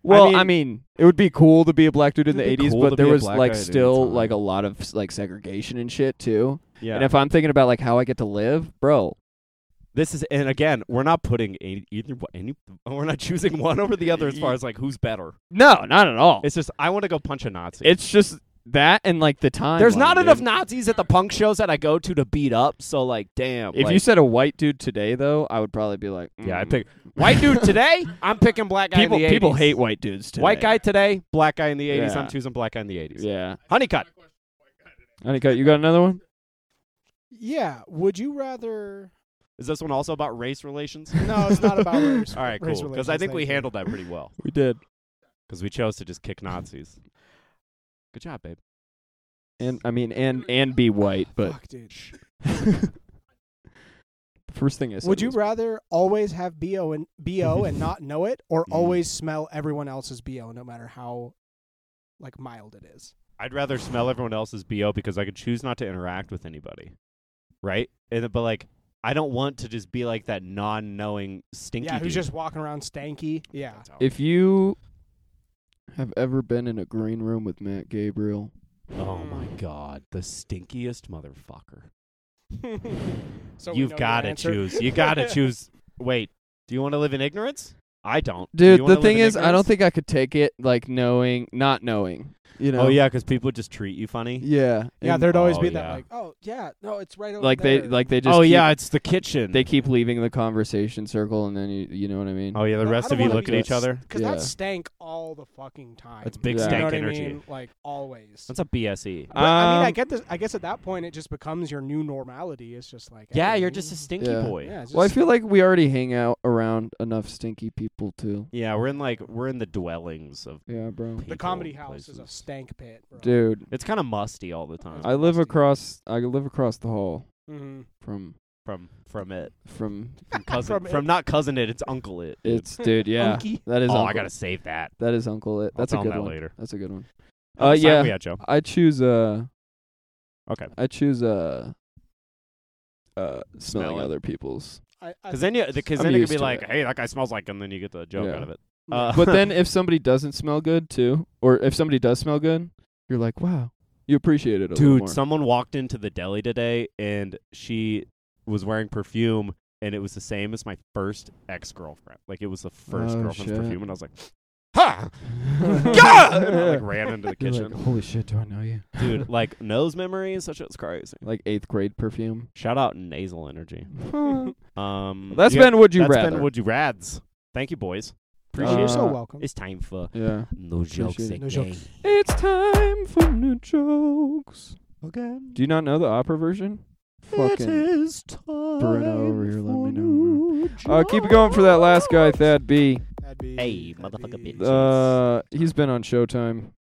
Speaker 2: Well, I mean,
Speaker 3: mean-
Speaker 2: it would be cool to be a black dude in
Speaker 3: It'd
Speaker 2: the
Speaker 3: be
Speaker 2: 80s,
Speaker 3: cool
Speaker 2: but
Speaker 3: to
Speaker 2: there
Speaker 3: be a
Speaker 2: was
Speaker 3: black
Speaker 2: like
Speaker 3: guy dude in
Speaker 2: still
Speaker 3: time.
Speaker 2: like a lot of like segregation and shit too.
Speaker 3: yeah,
Speaker 2: And if I'm thinking about like how I get to live, bro,
Speaker 3: this is, and again, we're not putting a- either any, we're not choosing one over the other as far as like who's better.
Speaker 2: no, not at all. It's,
Speaker 3: It's just I want to go punch a Nazi.
Speaker 2: just that and like the time.
Speaker 3: There's not enough Nazis at the punk shows that I go to to beat up. So like, damn.
Speaker 2: If
Speaker 3: like-
Speaker 2: you said a white dude today, though, I would probably be like,
Speaker 3: yeah, I
Speaker 2: mm.
Speaker 3: pick white dude today. I'm picking black guy.
Speaker 2: people.
Speaker 3: in the
Speaker 2: People
Speaker 3: 80s.
Speaker 2: hate white dudes today.
Speaker 3: white guy today, black guy in the 80s.
Speaker 2: Yeah.
Speaker 3: I'm choosing black guy in the 80s.
Speaker 2: Yeah.
Speaker 3: Honeycutt.
Speaker 2: Honeycutt, you got another one?
Speaker 1: Yeah. Would you rather?
Speaker 3: Is this one also about race relations?
Speaker 1: No, it's not about race.
Speaker 3: All right,
Speaker 1: race
Speaker 3: cool. Because I
Speaker 1: relations,
Speaker 3: think we
Speaker 1: thank you.
Speaker 3: handled that pretty well.
Speaker 2: We did.
Speaker 3: Because we chose to just kick Nazis. Good job, babe.
Speaker 2: and I mean, and and be white. But
Speaker 1: Fuck, dude.
Speaker 2: the first thing I said,
Speaker 1: Would you
Speaker 2: was,
Speaker 1: rather always have bo and bo and not know it, or
Speaker 3: Mm.
Speaker 1: always smell everyone else's bo, no matter how like mild it is?
Speaker 3: I'd rather smell everyone else's bo because I could choose not to interact with anybody, right? And but like, I don't want to just be like that non-knowing stinky.
Speaker 1: yeah, who's
Speaker 3: dude.
Speaker 1: just walking around stanky? Yeah,
Speaker 3: That's how-
Speaker 2: if you have ever been in a green room with Matt Gabriel,
Speaker 3: oh my god, the stinkiest motherfucker!
Speaker 1: so we know
Speaker 3: You've
Speaker 1: your
Speaker 3: got to
Speaker 1: answer.
Speaker 3: choose. You got to choose. Wait, do you want to live in ignorance? I don't, Do you
Speaker 2: dude.
Speaker 3: wanna
Speaker 2: The
Speaker 3: live
Speaker 2: thing
Speaker 3: in
Speaker 2: is, I don't
Speaker 3: ignorance?
Speaker 2: think I could take it like knowing, not knowing. You know?
Speaker 3: Oh yeah, because people just treat you funny.
Speaker 2: yeah,
Speaker 1: Yeah,
Speaker 2: and,
Speaker 1: there'd always
Speaker 3: Oh,
Speaker 1: be that
Speaker 3: yeah.
Speaker 1: like, oh yeah, no, it's right over
Speaker 2: like
Speaker 1: there.
Speaker 2: they like they just
Speaker 3: oh
Speaker 2: keep-
Speaker 3: yeah, it's the kitchen.
Speaker 2: they keep leaving the conversation circle, and then you you know what I mean.
Speaker 3: Mm-hmm. oh yeah, the
Speaker 1: No, I
Speaker 3: rest
Speaker 1: don't
Speaker 3: of you
Speaker 1: wanna
Speaker 3: look at
Speaker 1: be
Speaker 3: each
Speaker 1: that
Speaker 3: other.
Speaker 1: because
Speaker 2: Yeah.
Speaker 1: that stank all the fucking time.
Speaker 3: That's big
Speaker 2: Yeah.
Speaker 1: You know
Speaker 3: stank
Speaker 1: what I
Speaker 3: energy.
Speaker 1: mean? Like always.
Speaker 3: That's a BSE.
Speaker 1: But, I mean, I
Speaker 3: Um,
Speaker 1: get this. I guess at that point, it just becomes your new normality. It's just like,
Speaker 3: yeah,
Speaker 1: hey,
Speaker 3: you're just a stinky
Speaker 2: Yeah.
Speaker 3: boy.
Speaker 1: Yeah, it's
Speaker 2: Well, I
Speaker 1: just-
Speaker 2: feel like we already hang out around enough stinky people too.
Speaker 3: Yeah, we're in like we're in the dwellings of
Speaker 2: Yeah, bro.
Speaker 1: the
Speaker 3: people,
Speaker 1: comedy house is a
Speaker 3: places.
Speaker 1: stank pit, bro.
Speaker 2: Dude,
Speaker 3: It's kind of musty all the time
Speaker 2: I live across. I live across the hall
Speaker 1: Mhm.
Speaker 2: from
Speaker 3: from from it
Speaker 2: from.
Speaker 3: from cousin
Speaker 1: From
Speaker 3: from,
Speaker 1: it.
Speaker 3: not cousin it. It's uncle it. dude.
Speaker 2: It's dude. Yeah,
Speaker 3: Unky.
Speaker 2: that
Speaker 3: oh,
Speaker 2: is. uncle,
Speaker 3: I gotta save that.
Speaker 2: That is uncle. It.
Speaker 3: I'll
Speaker 2: That's
Speaker 3: tell
Speaker 2: a
Speaker 3: 'em
Speaker 2: good
Speaker 3: that
Speaker 2: one.
Speaker 3: later.
Speaker 2: That's a good one.
Speaker 3: How
Speaker 2: Uh,
Speaker 3: much time
Speaker 2: yeah.
Speaker 3: we at, Joe.
Speaker 2: I choose uh
Speaker 3: Okay,
Speaker 2: I choose uh uh smelling
Speaker 3: it.
Speaker 2: other people's.
Speaker 1: I, I
Speaker 3: because then you because
Speaker 2: I'm
Speaker 3: then you
Speaker 2: used
Speaker 3: could be
Speaker 2: to
Speaker 3: like,
Speaker 2: it.
Speaker 3: hey, that guy smells like, and then you get the joke
Speaker 2: Yeah.
Speaker 3: out of it.
Speaker 1: Yeah.
Speaker 3: Uh,
Speaker 2: But then if somebody doesn't smell good too, or if somebody does smell good, you're like, wow, you appreciate it a little
Speaker 3: Dude,
Speaker 2: more.
Speaker 3: someone walked into the deli today and she was wearing perfume and it was the same as my first ex girlfriend. Like it was the first
Speaker 2: Oh,
Speaker 3: girlfriend's
Speaker 2: shit.
Speaker 3: perfume and I was like, Ha Gah! And I like ran into the
Speaker 2: You're
Speaker 3: kitchen.
Speaker 2: Like, Holy shit, do I know you?
Speaker 3: Dude, like nose memories, such shit's crazy.
Speaker 2: like eighth grade perfume.
Speaker 3: Shout out nasal energy. Um
Speaker 2: That's
Speaker 3: yeah,
Speaker 2: been would you
Speaker 3: that's
Speaker 2: rather?
Speaker 3: been Would You Rads. Thank you boys.
Speaker 1: Oh,
Speaker 3: Appreciate
Speaker 1: you're
Speaker 3: it.
Speaker 1: so
Speaker 2: Uh,
Speaker 1: welcome.
Speaker 3: It's time for
Speaker 2: yeah.
Speaker 3: no jokes
Speaker 2: Appreciate it.
Speaker 1: No
Speaker 3: again.
Speaker 1: jokes.
Speaker 2: It's time for new jokes.
Speaker 3: Okay.
Speaker 2: Do you not know the opera version? Fucking
Speaker 3: is time
Speaker 2: Bruno over here, let
Speaker 3: for
Speaker 2: me know.
Speaker 3: new
Speaker 2: Uh, keep it going for that last guy,
Speaker 3: jokes.
Speaker 2: Thad B.
Speaker 1: That'd be,
Speaker 3: Hey,
Speaker 1: that'd
Speaker 3: motherfucker
Speaker 1: be-
Speaker 3: bitch.
Speaker 2: Uh, he's been on Showtime.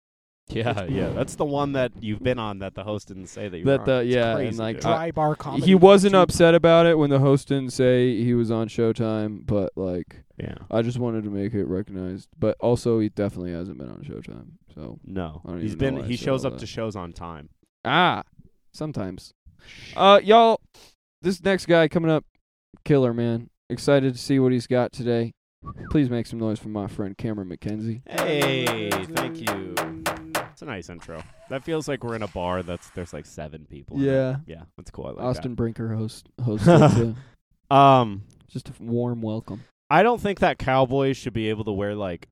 Speaker 3: Yeah, yeah. That's the one that you've been on that the host didn't say that you
Speaker 2: That
Speaker 3: were on.
Speaker 2: the-
Speaker 3: It's
Speaker 2: yeah,
Speaker 3: crazy,
Speaker 2: and, like,
Speaker 3: dude.
Speaker 2: I-
Speaker 1: Dry bar comedy.
Speaker 2: he wasn't
Speaker 1: Dude,
Speaker 2: upset about it when the host didn't say he was on Showtime, but like
Speaker 3: yeah.
Speaker 2: I just wanted to make it recognized. But also, he definitely hasn't been on Showtime. So
Speaker 3: No.
Speaker 2: I don't
Speaker 3: He's
Speaker 2: even know
Speaker 3: been
Speaker 2: why I
Speaker 3: he
Speaker 2: said
Speaker 3: shows
Speaker 2: all
Speaker 3: up
Speaker 2: that.
Speaker 3: to shows on time.
Speaker 2: ah, sometimes. Uh, y'all, this next guy coming up, killer man. Excited to see what he's got today. Please make some noise for my friend Cameron McKenzie.
Speaker 3: Hey, thank you. It's a nice intro. That feels like we're in a bar that's there's like seven people. in it. Yeah, that's cool. I like
Speaker 2: Austin Brinker host host. too.
Speaker 3: that. Um
Speaker 2: Just a warm welcome.
Speaker 3: I don't think that cowboys should be able to wear like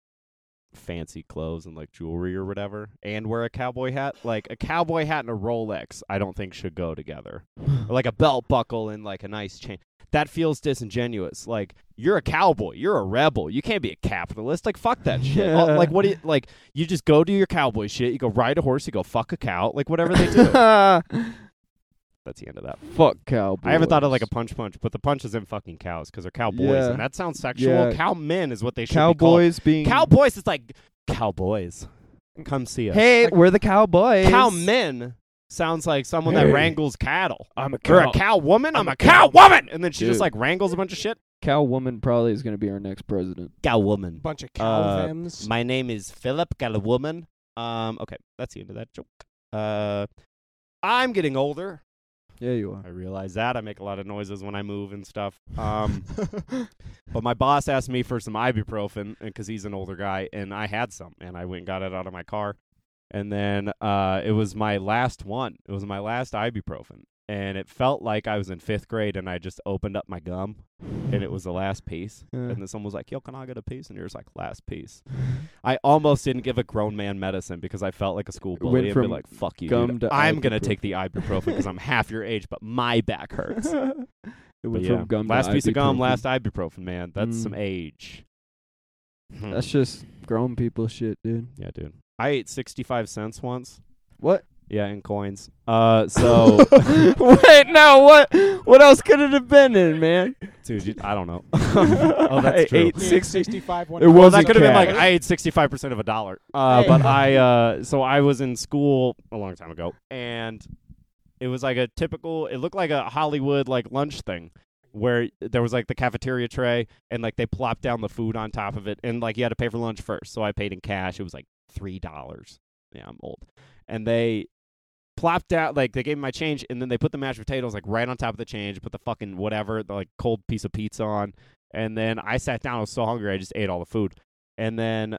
Speaker 3: fancy clothes and like jewelry or whatever and wear a cowboy hat. Like a cowboy hat and a Rolex, I don't think should go together. or like a belt buckle and like a nice chain. That feels disingenuous. Like you're a cowboy, you're a rebel. You can't be a capitalist. Like fuck that shit.
Speaker 2: Yeah.
Speaker 3: Like what do you like you just go do your cowboy shit. You go ride a horse, you go fuck a cow, like whatever they do. That's the end of that.
Speaker 2: Fuck cowboy.
Speaker 3: I haven't thought of like a punch punch, but the punch is in fucking cows because they're cowboys,
Speaker 2: Yeah.
Speaker 3: and that sounds sexual.
Speaker 2: Yeah.
Speaker 3: Cow men is what they should be
Speaker 2: cowboys being
Speaker 3: called. Cowboys is like cowboys. Come see us.
Speaker 2: Hey,
Speaker 3: Like,
Speaker 2: we're the cowboys.
Speaker 3: cow men sounds like someone that
Speaker 2: Hey.
Speaker 3: wrangles cattle.
Speaker 2: I'm a
Speaker 3: You're a cow woman. I'm, a cow, woman, and then she
Speaker 2: Dude.
Speaker 3: just like wrangles a bunch of shit.
Speaker 2: Cow woman probably is going to be our next president.
Speaker 3: Cow woman.
Speaker 1: Bunch of
Speaker 3: Uh,
Speaker 1: calvins.
Speaker 3: My name is Philip Gallowwoman. Um, okay, that's the end of that joke. Uh, I'm getting older.
Speaker 2: Yeah, you are.
Speaker 3: I realize that I make a lot of noises when I move and stuff. Um, but my boss asked me for some ibuprofen because he's an older guy, and I had some, and I went and got it out of my car, and then uh, it was my last one. It was my last ibuprofen, and it felt like I was in fifth grade, and I just opened up my gum, and it was the last piece. And then someone was like, "Yo, can I get a piece?" And you're just like, "Last piece." I almost didn't give a grown man medicine because I felt like a school
Speaker 2: Went
Speaker 3: bully and be
Speaker 2: from
Speaker 3: like, "Fuck you,
Speaker 2: gum
Speaker 3: dude.
Speaker 2: to
Speaker 3: I'm gonna
Speaker 2: ibuprofen.
Speaker 3: take the ibuprofen because I'm half your age, but my back hurts."
Speaker 2: it
Speaker 3: But
Speaker 2: went
Speaker 3: yeah.
Speaker 2: from gum. to
Speaker 3: last piece of gum,
Speaker 2: ibuprofen.
Speaker 3: last ibuprofen, man. That's
Speaker 2: Mm.
Speaker 3: some age. Hmm.
Speaker 2: That's just grown people shit, dude.
Speaker 3: yeah, dude. I ate sixty-five cents once.
Speaker 2: What?
Speaker 3: Yeah, in coins. Uh, so
Speaker 2: Wait, no. What? What else could it have been in, man?
Speaker 3: dude, you, I don't know. oh, that's
Speaker 2: I
Speaker 3: true.
Speaker 2: ate
Speaker 1: Yeah,
Speaker 2: six-
Speaker 1: 65 one
Speaker 2: It
Speaker 1: dollar.
Speaker 3: well,
Speaker 2: was
Speaker 3: that
Speaker 2: a
Speaker 3: could have been
Speaker 2: cat.
Speaker 3: like I ate sixty five percent of a dollar. Uh,
Speaker 1: Hey.
Speaker 3: But I uh, so I was in school a long time ago, and it was like a typical. It looked like a Hollywood like lunch thing. Where there was like the cafeteria tray, and like they plopped down the food on top of it, and like you had to pay for lunch first. So I paid in cash. It was like three dollars. Yeah, I'm old. And they plopped out like they gave me my change, and then they put the mashed potatoes like right on top of the change, put the fucking whatever, the, like cold piece of pizza on, and then I sat down. I was so hungry, I just ate all the food. And then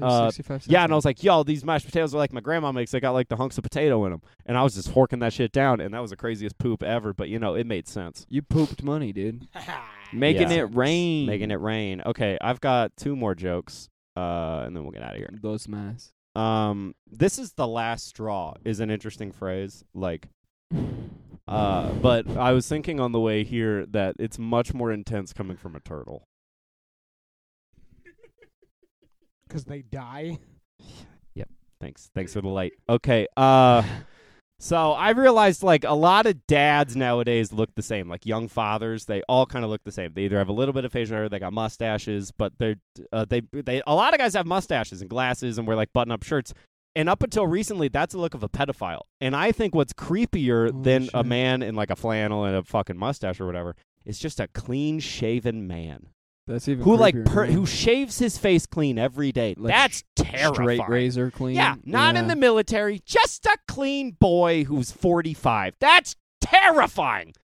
Speaker 3: Uh, yeah, and I was like, "Yo, these mashed potatoes are like my grandma makes. They got like the hunks of potato in them." And I was just horking that shit down, and that was the craziest poop ever. But you know, it made sense.
Speaker 2: you pooped money, dude.
Speaker 3: Making
Speaker 2: Making
Speaker 3: Yeah.
Speaker 2: it rain.
Speaker 3: Making it rain. Okay, I've got two more jokes, uh, and then we'll get out of here.
Speaker 2: Those mass.
Speaker 3: Um, this is the last straw is an interesting phrase. Like, uh, but I was thinking on the way here that it's much more intense coming from a turtle.
Speaker 1: because they die.
Speaker 3: Thanks. Thanks for the light. Okay. Uh so I realized like a lot of dads nowadays look the same. Like young fathers, they all kind of look the same. They either have a little bit of facial hair, they got mustaches, but they're uh, they they a lot of guys have mustaches and glasses and wear like button-up shirts. And up until recently, that's the look of a pedophile. And I think what's creepier
Speaker 2: Oh,
Speaker 3: than a
Speaker 2: shit.
Speaker 3: man in like a flannel and a fucking mustache or whatever is just a clean-shaven man
Speaker 2: That's even
Speaker 3: who like
Speaker 2: creepier,
Speaker 3: per-
Speaker 2: man.
Speaker 3: who shaves his face clean every day.
Speaker 2: Like
Speaker 3: that's terrifying.
Speaker 2: straight razor clean.
Speaker 3: Yeah, not in
Speaker 2: Yeah.
Speaker 3: the military, just a clean boy who's 45. That's terrifying.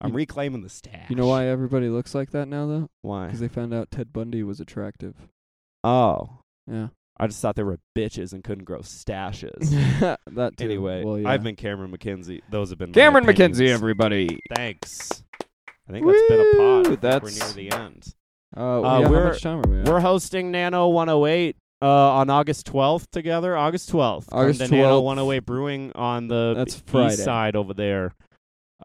Speaker 3: I'm
Speaker 2: You-
Speaker 3: reclaiming the stash.
Speaker 2: You know why everybody looks like that now though?
Speaker 3: Why?
Speaker 2: Because they found out Ted Bundy was attractive.
Speaker 3: Oh,
Speaker 2: Yeah.
Speaker 3: I just thought they were bitches and couldn't grow stashes.
Speaker 2: that too.
Speaker 3: anyway,
Speaker 2: well, yeah.
Speaker 3: I've been Cameron McKenzie. Those have been my
Speaker 2: Cameron
Speaker 3: opinions.
Speaker 2: McKenzie, everybody.
Speaker 3: Thanks. I think that's been a pod. I
Speaker 2: Woo,
Speaker 3: think
Speaker 2: that's-
Speaker 3: We're near the end.
Speaker 2: Uh,
Speaker 3: Uh,
Speaker 2: yeah, how
Speaker 3: we're-
Speaker 2: much time are we? At?
Speaker 3: We're hosting Nano 108 uh, on August 12th together. August 12th.
Speaker 2: August
Speaker 3: Come to Nano
Speaker 2: 12th.
Speaker 3: 108 Brewing on the
Speaker 2: That's
Speaker 3: east
Speaker 2: Friday.
Speaker 3: side over there.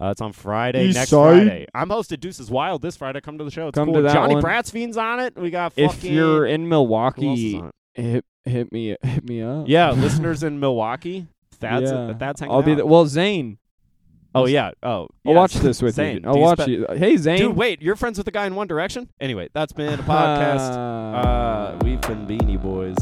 Speaker 3: Uh, it's on Friday,
Speaker 2: East
Speaker 3: next
Speaker 2: side?
Speaker 3: Friday. I'm hosted Deuces Wild this Friday. Come to the show. It's
Speaker 2: Come
Speaker 3: cool.
Speaker 2: to that
Speaker 3: Johnny
Speaker 2: one.
Speaker 3: Bratsfiend's on it. We got fucking.
Speaker 2: if you're in
Speaker 3: who else is
Speaker 2: Milwaukee,
Speaker 3: on it?
Speaker 2: hit hit me hit me up.
Speaker 3: yeah, listeners in Milwaukee. Thad's,
Speaker 2: Yeah.
Speaker 3: Thad's hanging
Speaker 2: I'll
Speaker 3: out.
Speaker 2: be there. Well, Zane,
Speaker 3: Oh, yeah. Oh,
Speaker 2: I'll
Speaker 3: yes.
Speaker 2: watch this with
Speaker 3: Zane,
Speaker 2: you. dude.
Speaker 3: do
Speaker 2: I'll
Speaker 3: you
Speaker 2: watch
Speaker 3: spe-
Speaker 2: you. Hey, Zane.
Speaker 3: Dude, wait. You're friends with the guy in One Direction? Anyway, that's been a podcast. Uh, we've been Beanie Boys.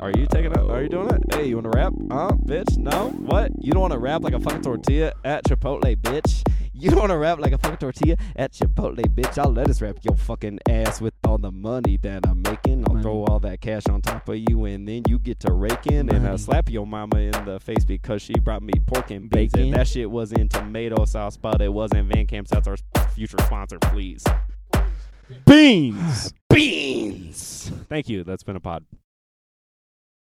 Speaker 3: Are you taking it? Are you doing it? Hey, you want to rap? Huh, bitch? No? What? You don't want to rap like a fucking tortilla at Chipotle, bitch? You don't want to rap like a fucking tortilla at Chipotle, bitch? I'll let us rap your fucking ass with all the money that I'm making. I'll
Speaker 2: Money.
Speaker 3: throw all that cash on top of you, and then you get to raking. And I'll
Speaker 2: Money.
Speaker 3: slap your mama in the face because she brought me pork and beans.
Speaker 2: Bacon.
Speaker 3: And that shit was in tomato sauce, but it wasn't Van Camp. That's our future sponsor, please.
Speaker 2: Beans.
Speaker 3: Beans! Thank you. That's been a pod.